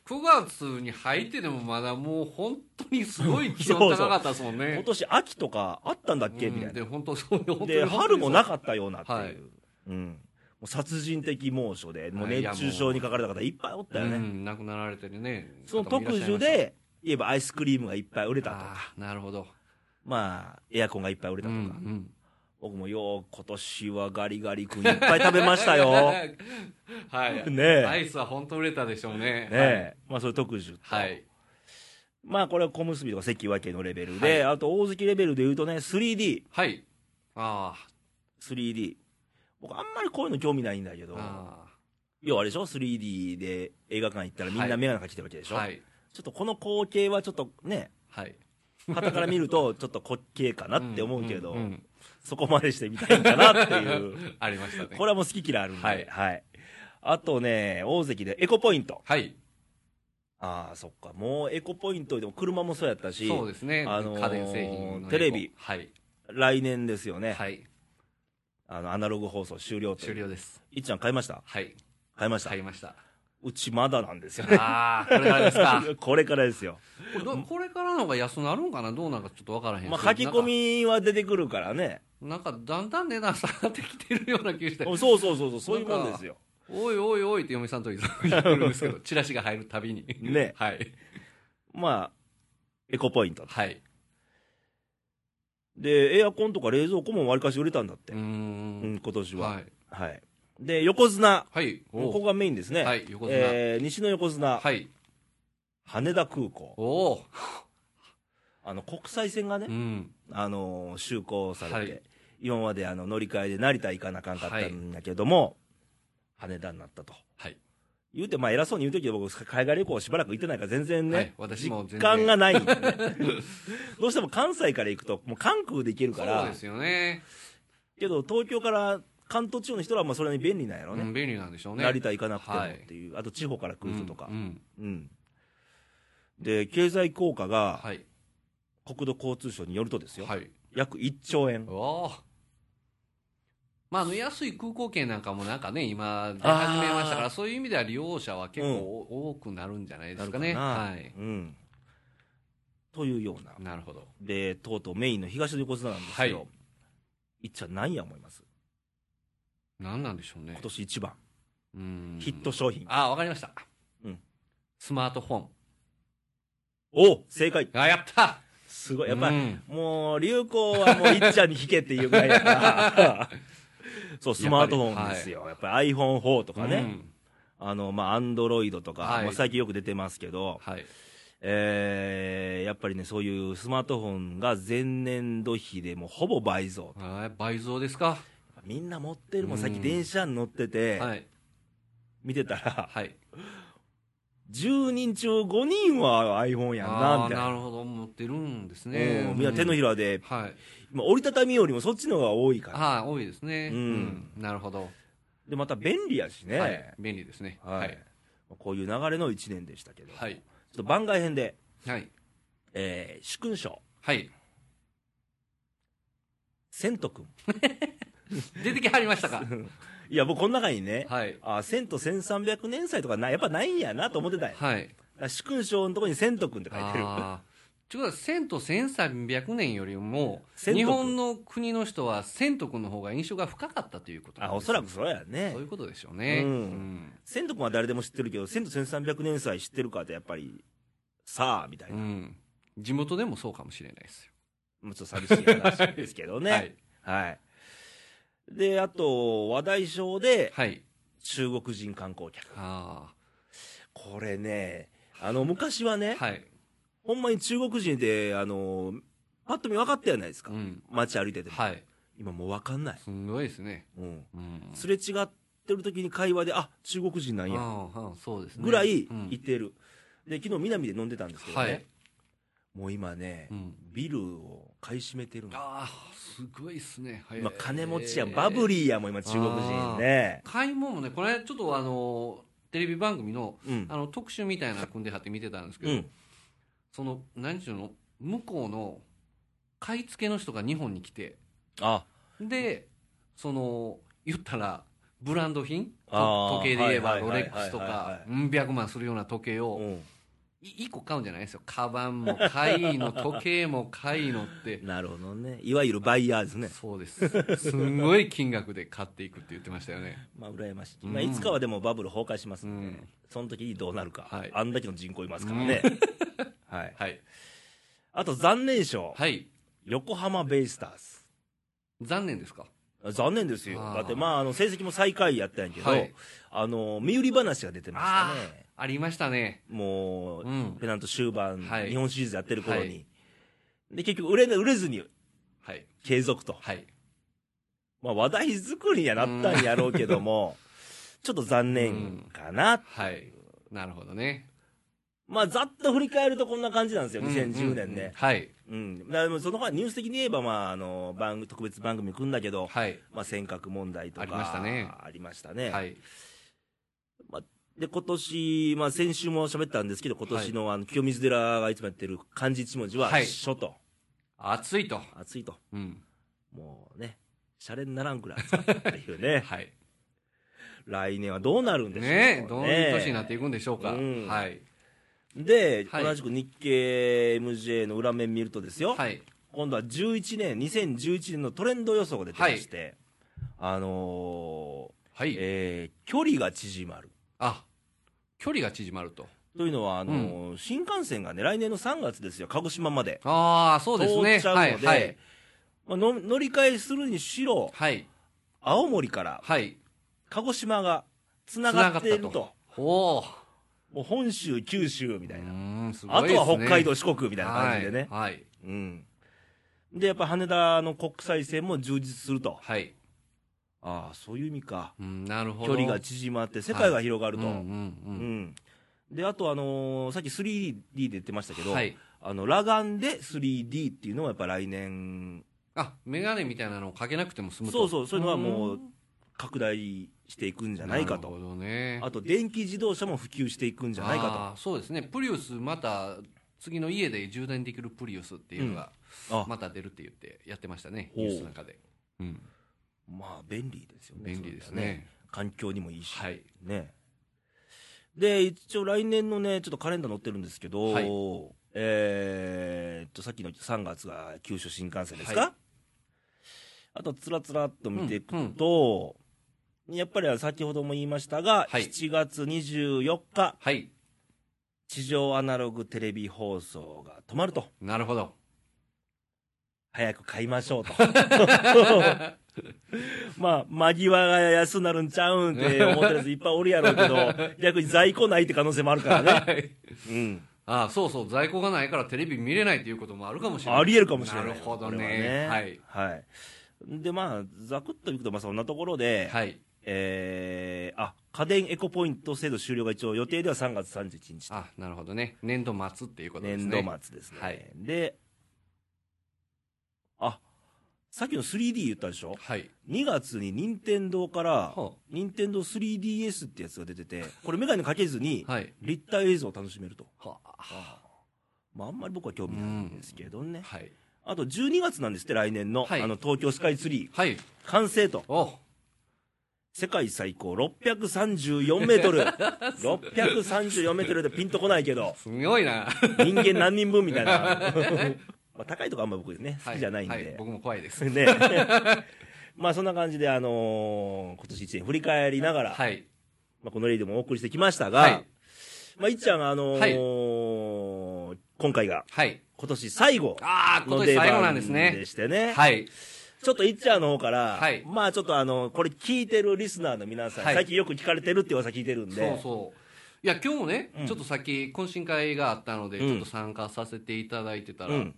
[SPEAKER 2] 9月に入ってでもまだもう本当にすごい気温高かったですもん
[SPEAKER 1] 今
[SPEAKER 2] ね。
[SPEAKER 1] 年秋とかあったんだっけ
[SPEAKER 2] うん
[SPEAKER 1] みたい
[SPEAKER 2] で、
[SPEAKER 1] な
[SPEAKER 2] 本当そう、本当に
[SPEAKER 1] で春もな
[SPEAKER 2] く
[SPEAKER 1] かったようなっていう、
[SPEAKER 2] はい
[SPEAKER 1] うん、もう殺人的猛暑でもう
[SPEAKER 2] はいいや
[SPEAKER 1] 熱中症にかかれた方いっぱいおったよね、
[SPEAKER 2] うん、亡くなられてるね。
[SPEAKER 1] その特需
[SPEAKER 2] 方もいらっしゃいまし
[SPEAKER 1] で言えばアイスクリームがいっぱい売れた
[SPEAKER 2] た、
[SPEAKER 1] と
[SPEAKER 2] ああー、なるほど。
[SPEAKER 1] まあエアコンがいっぱい売れた
[SPEAKER 2] う
[SPEAKER 1] と
[SPEAKER 2] ん、
[SPEAKER 1] か、
[SPEAKER 2] うん。
[SPEAKER 1] 僕もよう今年はガリガリ君いっぱい食べました よね。
[SPEAKER 2] はい。
[SPEAKER 1] え
[SPEAKER 2] アイスは本当売れたでしょうね。
[SPEAKER 1] ねえ、まあそれ特需と、
[SPEAKER 2] はい。はい。
[SPEAKER 1] まあこれは小結びとか関脇のレベルで、あと大関レベルで言うとね 3D3D
[SPEAKER 2] はい。あ
[SPEAKER 1] 僕あんまりこういうの興味ないんだけ
[SPEAKER 2] ー
[SPEAKER 1] ど
[SPEAKER 2] あ
[SPEAKER 1] 要はあれでしょ 3D で映画館行ったらみん
[SPEAKER 2] は
[SPEAKER 1] ない眼鏡かけてるわけでし
[SPEAKER 2] ー。
[SPEAKER 1] ょ、
[SPEAKER 2] はい。
[SPEAKER 1] ちょっとこの光景はちょっと ね
[SPEAKER 2] はい。
[SPEAKER 1] 傍から見るとちょっと滑稽かなって思うけど、
[SPEAKER 2] んん
[SPEAKER 1] そこまでしてみたいんだなっていうう ん
[SPEAKER 2] ありましたね。
[SPEAKER 1] これはもう好き嫌いあるんで、は
[SPEAKER 2] はいい
[SPEAKER 1] あとね大関でエコポイント
[SPEAKER 2] はい。
[SPEAKER 1] ああそっかもうエコポイントでも車もそうやったし
[SPEAKER 2] そうですね。
[SPEAKER 1] あのー
[SPEAKER 2] 家電製品の
[SPEAKER 1] テレビ。
[SPEAKER 2] はい。
[SPEAKER 1] 来年ですよね、
[SPEAKER 2] はい。
[SPEAKER 1] あのアナログ放送終了という
[SPEAKER 2] 終了です。
[SPEAKER 1] いっちゃん買いました
[SPEAKER 2] はい。
[SPEAKER 1] 買いました、
[SPEAKER 2] 買いました。
[SPEAKER 1] うちまだなんですよね。
[SPEAKER 2] ああ、これからですか。
[SPEAKER 1] これからですよ。
[SPEAKER 2] これどこれからの方が安なるんかなどうなんかちょっとわからへん。
[SPEAKER 1] まあ、書き込みは出てくるからね。
[SPEAKER 2] なんか。なんかだんだん値段下がってきてるような気がして。
[SPEAKER 1] そうそうそうそう、そういうもんですよ。
[SPEAKER 2] おいおいおいって嫁さんと 言ってるんですけど、チラシが入るたびに。
[SPEAKER 1] ね
[SPEAKER 2] はい。
[SPEAKER 1] まあ、エコポイント。
[SPEAKER 2] はい。
[SPEAKER 1] で、エアコンとか冷蔵庫もわりかし売れたんだっ
[SPEAKER 2] う
[SPEAKER 1] て。
[SPEAKER 2] ー。
[SPEAKER 1] うんん、今年は。は。
[SPEAKER 2] はいい。
[SPEAKER 1] で、横綱。
[SPEAKER 2] はい。お
[SPEAKER 1] ここ
[SPEAKER 2] う
[SPEAKER 1] がメインですね。
[SPEAKER 2] はい、横綱。
[SPEAKER 1] えー西の横綱、
[SPEAKER 2] はい。
[SPEAKER 1] 羽田空港。
[SPEAKER 2] おお。
[SPEAKER 1] あの、国際線がね
[SPEAKER 2] う、ん。
[SPEAKER 1] あのー就航されて、
[SPEAKER 2] はい
[SPEAKER 1] 今まであの乗り換えで成田行かなあかんかったんだけども、羽田になったと。
[SPEAKER 2] はい。
[SPEAKER 1] 言うて、まあ偉そうに言うときで僕、海外旅行しばらく行ってないから全然ね、
[SPEAKER 2] はい私も全然
[SPEAKER 1] 実感がないんでね どうしても関西から行くと、もう関空で行けるか
[SPEAKER 2] そう
[SPEAKER 1] ら
[SPEAKER 2] で、すよね。
[SPEAKER 1] けど東京から関東地方の人らはまあそれに便利なんやろ
[SPEAKER 2] う
[SPEAKER 1] ね。
[SPEAKER 2] ん、便利なんでしょうね。
[SPEAKER 1] 成田行かなくても
[SPEAKER 2] は
[SPEAKER 1] っ
[SPEAKER 2] い
[SPEAKER 1] ていう、あと地方から来る人とか
[SPEAKER 2] う。んうん
[SPEAKER 1] うん。で、経済効果が
[SPEAKER 2] はい。
[SPEAKER 1] 国土交通省によるとですよ、
[SPEAKER 2] はい。
[SPEAKER 1] 約1兆円。
[SPEAKER 2] おお。まあ、あの安い空港券なんかもなんかね、今、出始めましたか
[SPEAKER 1] あー
[SPEAKER 2] ら、そういう意味では利用者は結構お多くなるんじゃないですか
[SPEAKER 1] な
[SPEAKER 2] ね。
[SPEAKER 1] るかな
[SPEAKER 2] はい。
[SPEAKER 1] うん。というような。
[SPEAKER 2] なるほど。
[SPEAKER 1] で、とうとうメインの東の横綱なんですよ。、
[SPEAKER 2] はい
[SPEAKER 1] っちゃん何や思います
[SPEAKER 2] なんなんでしょうね
[SPEAKER 1] 今。年一番、
[SPEAKER 2] うん
[SPEAKER 1] ヒット商品。
[SPEAKER 2] あ、わかりました。
[SPEAKER 1] うん
[SPEAKER 2] スマートフォン。
[SPEAKER 1] お正解
[SPEAKER 2] あ、やった
[SPEAKER 1] すごい。やっぱ、
[SPEAKER 2] うん
[SPEAKER 1] もう、流行はもう、いっちゃんに引けっていうぐらいやから。 そう、スマートフォンですよ。やっぱり iPhone4 とか
[SPEAKER 2] う
[SPEAKER 1] ね。
[SPEAKER 2] ん
[SPEAKER 1] あの、まあ、Android とか、
[SPEAKER 2] はい
[SPEAKER 1] まあ、最近よく出てますけど、
[SPEAKER 2] はい。
[SPEAKER 1] えー、やっぱりね、そういうスマートフォンが前年度比でもうほぼ倍増。
[SPEAKER 2] あー倍増ですか。
[SPEAKER 1] みんな持ってるもん、
[SPEAKER 2] うん
[SPEAKER 1] さっき電車に乗ってて、
[SPEAKER 2] はい。
[SPEAKER 1] 見てたら、
[SPEAKER 2] はい。
[SPEAKER 1] 10人中5人は iPhone やんな、
[SPEAKER 2] あ
[SPEAKER 1] み
[SPEAKER 2] ー
[SPEAKER 1] たい
[SPEAKER 2] な
[SPEAKER 1] な。
[SPEAKER 2] るほど。持ってるんです
[SPEAKER 1] う
[SPEAKER 2] ね。
[SPEAKER 1] んみんな手のひらで、
[SPEAKER 2] はい。
[SPEAKER 1] まあ折りたたみよりもそっちの方が多いから。
[SPEAKER 2] はい、多いですね。
[SPEAKER 1] う
[SPEAKER 2] うんん。なるほど。
[SPEAKER 1] で、また便利やしね。
[SPEAKER 2] はい。便利ですね。
[SPEAKER 1] は
[SPEAKER 2] はいい。
[SPEAKER 1] こういう流れの1年でしたけど、
[SPEAKER 2] は
[SPEAKER 1] ちょ
[SPEAKER 2] い。
[SPEAKER 1] っと番外編で、
[SPEAKER 2] はい。
[SPEAKER 1] えー、主君賞、
[SPEAKER 2] はい。
[SPEAKER 1] 千と君。
[SPEAKER 2] 出てきはりましたか。
[SPEAKER 1] いや、僕、この中にね、
[SPEAKER 2] はい。
[SPEAKER 1] あ千と千三百年祭とかな、やっぱないんやなと思ってたんや
[SPEAKER 2] は
[SPEAKER 1] だ
[SPEAKER 2] い。
[SPEAKER 1] から主君賞のとこに千と君って書いてる。
[SPEAKER 2] あーちょっと1000と1300年よりも、
[SPEAKER 1] 千
[SPEAKER 2] 日
[SPEAKER 1] 徳
[SPEAKER 2] 本の国の人は1000徳の方が印象が深かったということなん
[SPEAKER 1] あ、お
[SPEAKER 2] ですね
[SPEAKER 1] そらくそうやね
[SPEAKER 2] そうい。うことでしょうね。
[SPEAKER 1] う
[SPEAKER 2] うんん。
[SPEAKER 1] 千と君は誰でも知ってるけど、千と千三百年祭知ってるかって、やっぱり、さあ、みたいうな。
[SPEAKER 2] ん。地元でもそうかもしれないですよ。
[SPEAKER 1] もうちょっと寂しい話ですけどね。は
[SPEAKER 2] はいい。。
[SPEAKER 1] で、あと、話題賞で、
[SPEAKER 2] はい。
[SPEAKER 1] 中国人観光客。
[SPEAKER 2] あ
[SPEAKER 1] これね、あの、昔はね
[SPEAKER 2] あ。、はい。
[SPEAKER 1] ほんまに中国人で、あの、パッと見分かったじゃないですか、
[SPEAKER 2] うん
[SPEAKER 1] 街歩いてても、
[SPEAKER 2] はい。
[SPEAKER 1] 今もう分かんない、
[SPEAKER 2] すんごいですね。
[SPEAKER 1] うん、
[SPEAKER 2] うん。
[SPEAKER 1] すれ違ってる時に会話であ中国人なん
[SPEAKER 2] う
[SPEAKER 1] や
[SPEAKER 2] んうんそうですね。
[SPEAKER 1] ぐらい
[SPEAKER 2] うん
[SPEAKER 1] 言ってる、で昨日南で飲んでたんですけどね、
[SPEAKER 2] はい。
[SPEAKER 1] もう今ね、
[SPEAKER 2] うん
[SPEAKER 1] ビルを買い占めてるの
[SPEAKER 2] ああ、すごいですね。はい
[SPEAKER 1] 今金持ちやバブリーやもん今中国人ね
[SPEAKER 2] 買い物もね、これちょっとあの、テレビ番組の、
[SPEAKER 1] うん
[SPEAKER 2] あの、特集みたいなの組んではって見てたんです
[SPEAKER 1] う
[SPEAKER 2] けど、
[SPEAKER 1] ん
[SPEAKER 2] その、何ちゅうの、向こうの、買い付けの人が日本に来て、
[SPEAKER 1] あ
[SPEAKER 2] で、その、言ったら、ブランド品
[SPEAKER 1] あー
[SPEAKER 2] と時計で言えば、
[SPEAKER 1] はい
[SPEAKER 2] ロ
[SPEAKER 1] はいは
[SPEAKER 2] レ
[SPEAKER 1] い
[SPEAKER 2] ックスと
[SPEAKER 1] はい
[SPEAKER 2] か
[SPEAKER 1] は、
[SPEAKER 2] うん百万するような時計
[SPEAKER 1] う
[SPEAKER 2] を、
[SPEAKER 1] ん
[SPEAKER 2] い一個買うんじゃないですよ。カバンも買いの、時計も買いのって。
[SPEAKER 1] なるほどねいわゆるバイヤー ですね
[SPEAKER 2] そうです。すんごい金額で買っていくって言ってましたよ ね。
[SPEAKER 1] まあ羨ましい、
[SPEAKER 2] うん
[SPEAKER 1] まあ、いつかはでもバブル崩壊しますんで、
[SPEAKER 2] うん
[SPEAKER 1] その時にどうなるか、
[SPEAKER 2] はい
[SPEAKER 1] あんだけの人口いますからね、はい、
[SPEAKER 2] はい。
[SPEAKER 1] あと残念賞、
[SPEAKER 2] はい。
[SPEAKER 1] 横浜ベイスターズ
[SPEAKER 2] 残念ですか
[SPEAKER 1] 残念ですよ
[SPEAKER 2] あー
[SPEAKER 1] だってまああの成績も最下位やったんやけど、
[SPEAKER 2] はい
[SPEAKER 1] あの身売り話が出てました
[SPEAKER 2] あ
[SPEAKER 1] ね
[SPEAKER 2] あ、ありましたね。
[SPEAKER 1] もう、
[SPEAKER 2] うん
[SPEAKER 1] ペナント終盤、
[SPEAKER 2] はい
[SPEAKER 1] 日本シリーズやってる頃に、
[SPEAKER 2] はい
[SPEAKER 1] で結局売れな売れずに
[SPEAKER 2] はい。
[SPEAKER 1] 継続と、
[SPEAKER 2] はい。
[SPEAKER 1] まあ、話題作りにはなったんやろうけども、ちょっと残念かな、
[SPEAKER 2] はい。なるほどね。
[SPEAKER 1] まあざっと振り返るとこんな感じなんですよ
[SPEAKER 2] うん
[SPEAKER 1] 2010
[SPEAKER 2] うん
[SPEAKER 1] 年
[SPEAKER 2] うん
[SPEAKER 1] ね
[SPEAKER 2] はい。
[SPEAKER 1] うん、だからもうその間ニュース的に言えば、まあ、あの番組特別番組組んだけど、
[SPEAKER 2] はい。
[SPEAKER 1] まあ、尖閣問題とか
[SPEAKER 2] ありましたね
[SPEAKER 1] ありましたね
[SPEAKER 2] はい。
[SPEAKER 1] で今年、まあ、先週も喋ったんですけど今年の,、あの清水寺がいつもやってる漢字一文字は
[SPEAKER 2] はい
[SPEAKER 1] 書と、
[SPEAKER 2] 暑いと。
[SPEAKER 1] 暑いと
[SPEAKER 2] うん。
[SPEAKER 1] もうねシャレにならんくらい暑かったっていう ね
[SPEAKER 2] はい。
[SPEAKER 1] 来年はどうなるんでしょう
[SPEAKER 2] ねえ、どういう年になっていくんでしょうか。
[SPEAKER 1] うん
[SPEAKER 2] はい。
[SPEAKER 1] で、
[SPEAKER 2] はい
[SPEAKER 1] 同じく日経 MJ の裏面見るとですよ、
[SPEAKER 2] はい。
[SPEAKER 1] 今度は11年2011年のトレンド予想が出てまして、あのー
[SPEAKER 2] はい。
[SPEAKER 1] えー距離が縮まる。
[SPEAKER 2] あ、距離が縮まると。
[SPEAKER 1] というのは、あのー新幹線がね、来年の3月ですよ、鹿児島まで。
[SPEAKER 2] ああ、そうですね。
[SPEAKER 1] 通っちゃう
[SPEAKER 2] はい。
[SPEAKER 1] ので、
[SPEAKER 2] はい。
[SPEAKER 1] まあの乗り換えするにしろ、
[SPEAKER 2] はい。
[SPEAKER 1] 青森から
[SPEAKER 2] はい。
[SPEAKER 1] 鹿児島がつながっている
[SPEAKER 2] 繋がった
[SPEAKER 1] と
[SPEAKER 2] と。おお。
[SPEAKER 1] もう本州、九州み
[SPEAKER 2] う
[SPEAKER 1] たいな。
[SPEAKER 2] ーん、すご
[SPEAKER 1] あ
[SPEAKER 2] い
[SPEAKER 1] と
[SPEAKER 2] ですね。
[SPEAKER 1] は北海道、四国み
[SPEAKER 2] み
[SPEAKER 1] たいな感じでね。
[SPEAKER 2] はい。はい。
[SPEAKER 1] うん。で、やっぱ羽田の国際線も充実すると。
[SPEAKER 2] はい
[SPEAKER 1] ああ、そういう意味か。
[SPEAKER 2] うん、なるほど。
[SPEAKER 1] 距離が縮まって、世界が広がると。
[SPEAKER 2] うんう
[SPEAKER 1] うんん。で、あとあのーさっき 3D で言ってましたけ
[SPEAKER 2] うん。
[SPEAKER 1] ど、
[SPEAKER 2] はい。
[SPEAKER 1] あの、裸眼で 3D っていうのはやっぱ来年、
[SPEAKER 2] あ、メガネみたいなのをかけなくても済む
[SPEAKER 1] そ
[SPEAKER 2] と。
[SPEAKER 1] うそう、そういうのはもう
[SPEAKER 2] う
[SPEAKER 1] ん拡大していくんじゃないか
[SPEAKER 2] な
[SPEAKER 1] と。
[SPEAKER 2] るほどね。
[SPEAKER 1] あと、電気自動車も普及していくんじゃないか
[SPEAKER 2] あーそうですねプリウスまた次の家で充電できるプリウスっていうのが、
[SPEAKER 1] と。あ、
[SPEAKER 2] また出るって言ってやってましたね
[SPEAKER 1] ほう
[SPEAKER 2] ニュースの中で、うん、
[SPEAKER 1] まあ、便利ですよね。
[SPEAKER 2] 便利です
[SPEAKER 1] そうだ
[SPEAKER 2] ね。
[SPEAKER 1] 環境にもいいし。
[SPEAKER 2] はい
[SPEAKER 1] ね。で、一応来年のね、ちょっとカレンダー載ってるんですけど、
[SPEAKER 2] はい
[SPEAKER 1] えーっと、さっきの3月が九州新幹線ですか、
[SPEAKER 2] はい
[SPEAKER 1] あと、つらつらっと見ていくと、やっぱり先ほども言いましたが、
[SPEAKER 2] はい
[SPEAKER 1] 7月24日、
[SPEAKER 2] はい
[SPEAKER 1] 地上アナログテレビ放送が止まると。
[SPEAKER 2] なるほど
[SPEAKER 1] 早く買いまし ょうと。まあ、間際が安なるんちゃうんって思ってるやついっぱいおるやろうけ ど、逆に在庫ないって可能性もあるからね。
[SPEAKER 2] はい
[SPEAKER 1] うん。
[SPEAKER 2] あー そうそう在庫がないからテレビ見れないということもあるかもしれない
[SPEAKER 1] ありえるかもしれない。
[SPEAKER 2] なるほど
[SPEAKER 1] これは
[SPEAKER 2] ねはい
[SPEAKER 1] はい。で、まあ、ざくっといくと、まあ、そんなところで、
[SPEAKER 2] はい
[SPEAKER 1] えー、あ、家電エコポイント制度終了が一応予定では3月31日と。
[SPEAKER 2] あなるほどね年度末っていうことです
[SPEAKER 1] 年
[SPEAKER 2] ね
[SPEAKER 1] 度末ですね。
[SPEAKER 2] はい
[SPEAKER 1] で、あ、さっきの 3D 言ったでしょ
[SPEAKER 2] はい
[SPEAKER 1] ?2 月に任天堂から
[SPEAKER 2] はあ、
[SPEAKER 1] 任天堂 3DS ってやつが出てて、これメガネかけずに、
[SPEAKER 2] はい
[SPEAKER 1] 立体映像を楽しめると。
[SPEAKER 2] は
[SPEAKER 1] まあ、あんまり僕は興味ないんですけどね。
[SPEAKER 2] はい
[SPEAKER 1] あと12月なんですって、来年の、
[SPEAKER 2] はい
[SPEAKER 1] あの、東京スカイツリー、
[SPEAKER 2] はい
[SPEAKER 1] 完成と。
[SPEAKER 2] お
[SPEAKER 1] 世界最高634メー トル。634メートルでピンとこないけど、
[SPEAKER 2] すごいな
[SPEAKER 1] 人間何人分み たいな。まあ、高いとこあんま僕ね、 好きじゃないんで。
[SPEAKER 2] ははい、僕も怖いです
[SPEAKER 1] ね。 まあそんな感じで、あのー今年一年振り返りながら、
[SPEAKER 2] はい
[SPEAKER 1] まあ、このレイでもお送りしてきましたが、
[SPEAKER 2] はい
[SPEAKER 1] まあ、いっちゃん、あのー今回が
[SPEAKER 2] はい
[SPEAKER 1] 今年最後
[SPEAKER 2] ああ今
[SPEAKER 1] の
[SPEAKER 2] 年
[SPEAKER 1] 出
[SPEAKER 2] 最後なん
[SPEAKER 1] 番
[SPEAKER 2] ですね
[SPEAKER 1] でしてね、
[SPEAKER 2] はい
[SPEAKER 1] ちょっといっちゃんの方から、
[SPEAKER 2] はい
[SPEAKER 1] まあちょっとあの、これ聞いてるリスナーの皆さん、
[SPEAKER 2] はい
[SPEAKER 1] 最近よく聞かれてるって噂聞いてるんで、
[SPEAKER 2] そうそういや今日もね、ちょっとさっき懇親会があったので、
[SPEAKER 1] うん
[SPEAKER 2] ちょっと参加させていただいてたら、
[SPEAKER 1] うん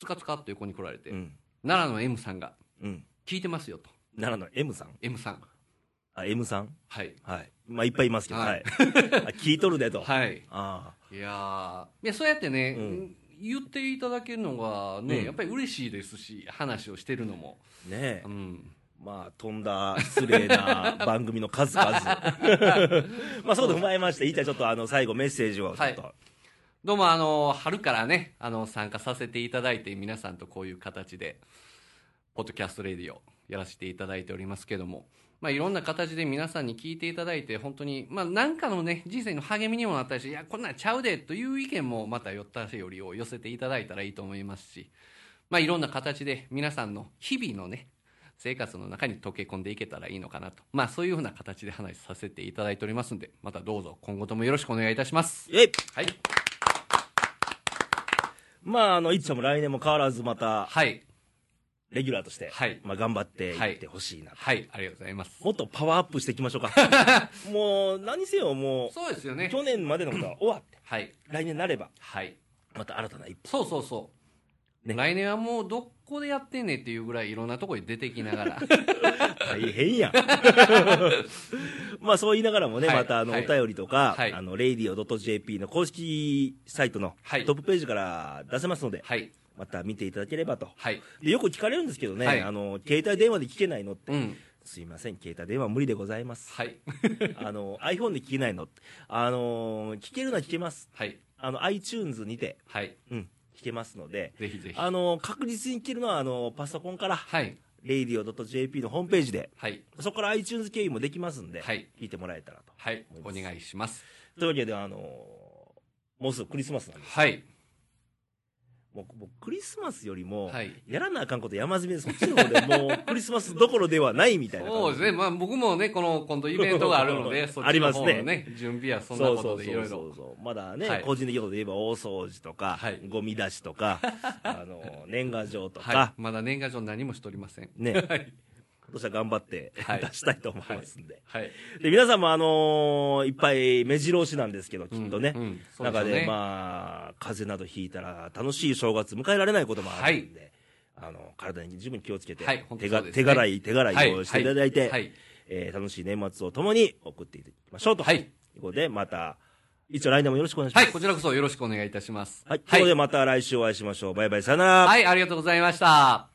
[SPEAKER 2] つかつかっと横に来られて、
[SPEAKER 1] うん。
[SPEAKER 2] 奈良の M さんが、
[SPEAKER 1] うん。
[SPEAKER 2] 聞いてますよと。
[SPEAKER 1] 奈良の M さん
[SPEAKER 2] M さん。
[SPEAKER 1] あ、M さん
[SPEAKER 2] はい。
[SPEAKER 1] はい。まあ、いっぱいいますけど、
[SPEAKER 2] は
[SPEAKER 1] はいい。あ聞いとるでと。
[SPEAKER 2] はい。
[SPEAKER 1] あ
[SPEAKER 2] いやーいやそうやってね、
[SPEAKER 1] うん
[SPEAKER 2] 言っていただけるのがね、
[SPEAKER 1] うん
[SPEAKER 2] やっぱり嬉しいですし、話をしてるのも。
[SPEAKER 1] あ。ねえ
[SPEAKER 2] う。ん。
[SPEAKER 1] まあ、飛んだ失礼 な番組の数々。 まあ、そういうこと踏まえまして、いいちゃんちょっとあの、最後メッセージをちょっと。
[SPEAKER 2] どうも、あの、春からね、あの、参加させていただいて、皆さんとこういう形で、ポッドキャストレディをやらせていただいておりますけども、まあ、いろんな形で皆さんに聞いていただいて、本当に、まあ、なんかのね、人生の励みにもなったりし、いや、こんなんちゃうで、という意見も、またよったしよりを寄せていただいたらいいと思いますし、まあ、いろんな形で皆さんの日々のね、生活の中に溶け込んでいけたらいいのかなと。まあ、そういうふうな形で話させていただいておりますんで、またどうぞ今後ともよろしくお願いいたします。
[SPEAKER 1] えい
[SPEAKER 2] はい。
[SPEAKER 1] まあ、あの、いちゃんも来年も変わらずまた、
[SPEAKER 2] はい。
[SPEAKER 1] レギュラーとして、
[SPEAKER 2] はい
[SPEAKER 1] まあ、頑張っていってほしいなと。
[SPEAKER 2] はい、ありがとうございます。
[SPEAKER 1] もっとパワーアップしていきましょうか。 もう、何せよ、も
[SPEAKER 2] そうですよ
[SPEAKER 1] う、
[SPEAKER 2] ね。
[SPEAKER 1] 去年までのことは終わって、
[SPEAKER 2] はい。
[SPEAKER 1] 来年なれば、
[SPEAKER 2] はい。
[SPEAKER 1] また新たな一歩。
[SPEAKER 2] そうそうそう。
[SPEAKER 1] ね
[SPEAKER 2] 来年はもうどこでやってんねんっていうぐらいいろんなとこに出てきな がら。
[SPEAKER 1] 大変やん。 まあ、そう言いながらもね、
[SPEAKER 2] はい
[SPEAKER 1] また、あの、
[SPEAKER 2] はい
[SPEAKER 1] お便りとか、
[SPEAKER 2] はい
[SPEAKER 1] あの、radio.jp の公式サイトの
[SPEAKER 2] はい
[SPEAKER 1] トップページから出せますので、
[SPEAKER 2] はい。
[SPEAKER 1] また見ていただければと。
[SPEAKER 2] はい。
[SPEAKER 1] でよく聞かれるんですけどね、
[SPEAKER 2] はい
[SPEAKER 1] あの携帯電話で聞けないのって、
[SPEAKER 2] うん。
[SPEAKER 1] すいません、携帯電話無理でございます、
[SPEAKER 2] はい。
[SPEAKER 1] あの iPhone で聞けないのってあの、聞けるのは聞けます、
[SPEAKER 2] はい。
[SPEAKER 1] あの iTunes にて、
[SPEAKER 2] はい。
[SPEAKER 1] うん、聞けますので、
[SPEAKER 2] ぜひぜひ。
[SPEAKER 1] あの確実に聞けるのはあのパソコンから、
[SPEAKER 2] はい。
[SPEAKER 1] radio.jp のホームページで、
[SPEAKER 2] はい。
[SPEAKER 1] そこから iTunes 経由もできますんで、
[SPEAKER 2] はい
[SPEAKER 1] 聞いてもらえたらと。
[SPEAKER 2] はい。お願いします。
[SPEAKER 1] というわけで、あのもうすぐクリスマスなんです、
[SPEAKER 2] はい。
[SPEAKER 1] もう僕クリスマスよりも、
[SPEAKER 2] はい
[SPEAKER 1] やらなあかんこと山積みで、そっちの方でも うクリスマスどころではないみたいな感じ
[SPEAKER 2] そうですね。まあ僕もね、この今度イベントがあるの で、そっ
[SPEAKER 1] あ
[SPEAKER 2] ち
[SPEAKER 1] り
[SPEAKER 2] の
[SPEAKER 1] ます
[SPEAKER 2] 方
[SPEAKER 1] ね
[SPEAKER 2] のね、準備やそんなことでいろい
[SPEAKER 1] そう
[SPEAKER 2] ろ。
[SPEAKER 1] そうそうそうまだね、
[SPEAKER 2] はい
[SPEAKER 1] 個人的なことで言えば大掃除とか、
[SPEAKER 2] はい
[SPEAKER 1] ゴミ出しと かあの年賀状とか、
[SPEAKER 2] はい。まだ年賀状何もしておりません。
[SPEAKER 1] ね
[SPEAKER 2] は
[SPEAKER 1] 今
[SPEAKER 2] い。
[SPEAKER 1] 年は頑張って、
[SPEAKER 2] はい
[SPEAKER 1] 出したいと思いますんで,、
[SPEAKER 2] はい。
[SPEAKER 1] で皆さんもあのーいっぱい目白押しなんですけどきっとね、
[SPEAKER 2] うんうんそうでしょうね
[SPEAKER 1] 中でまあ風邪などひいたら楽しい正月迎えられないこともあるんで、あの体に十分気をつけて、
[SPEAKER 2] はい本当
[SPEAKER 1] 手
[SPEAKER 2] そ
[SPEAKER 1] が
[SPEAKER 2] うですね
[SPEAKER 1] 手洗い手洗いをしていただいて、
[SPEAKER 2] はいはい
[SPEAKER 1] えー楽しい年末をともに送っていきましょうと、
[SPEAKER 2] はい
[SPEAKER 1] いうことでまた一応来年もよろしくお願いします、
[SPEAKER 2] はい。こちらこそよろしくお願いいたします。
[SPEAKER 1] はい。ということで、また来週お会いしましょう。バイバイ、さよなら。
[SPEAKER 2] はい、ありがとうございました。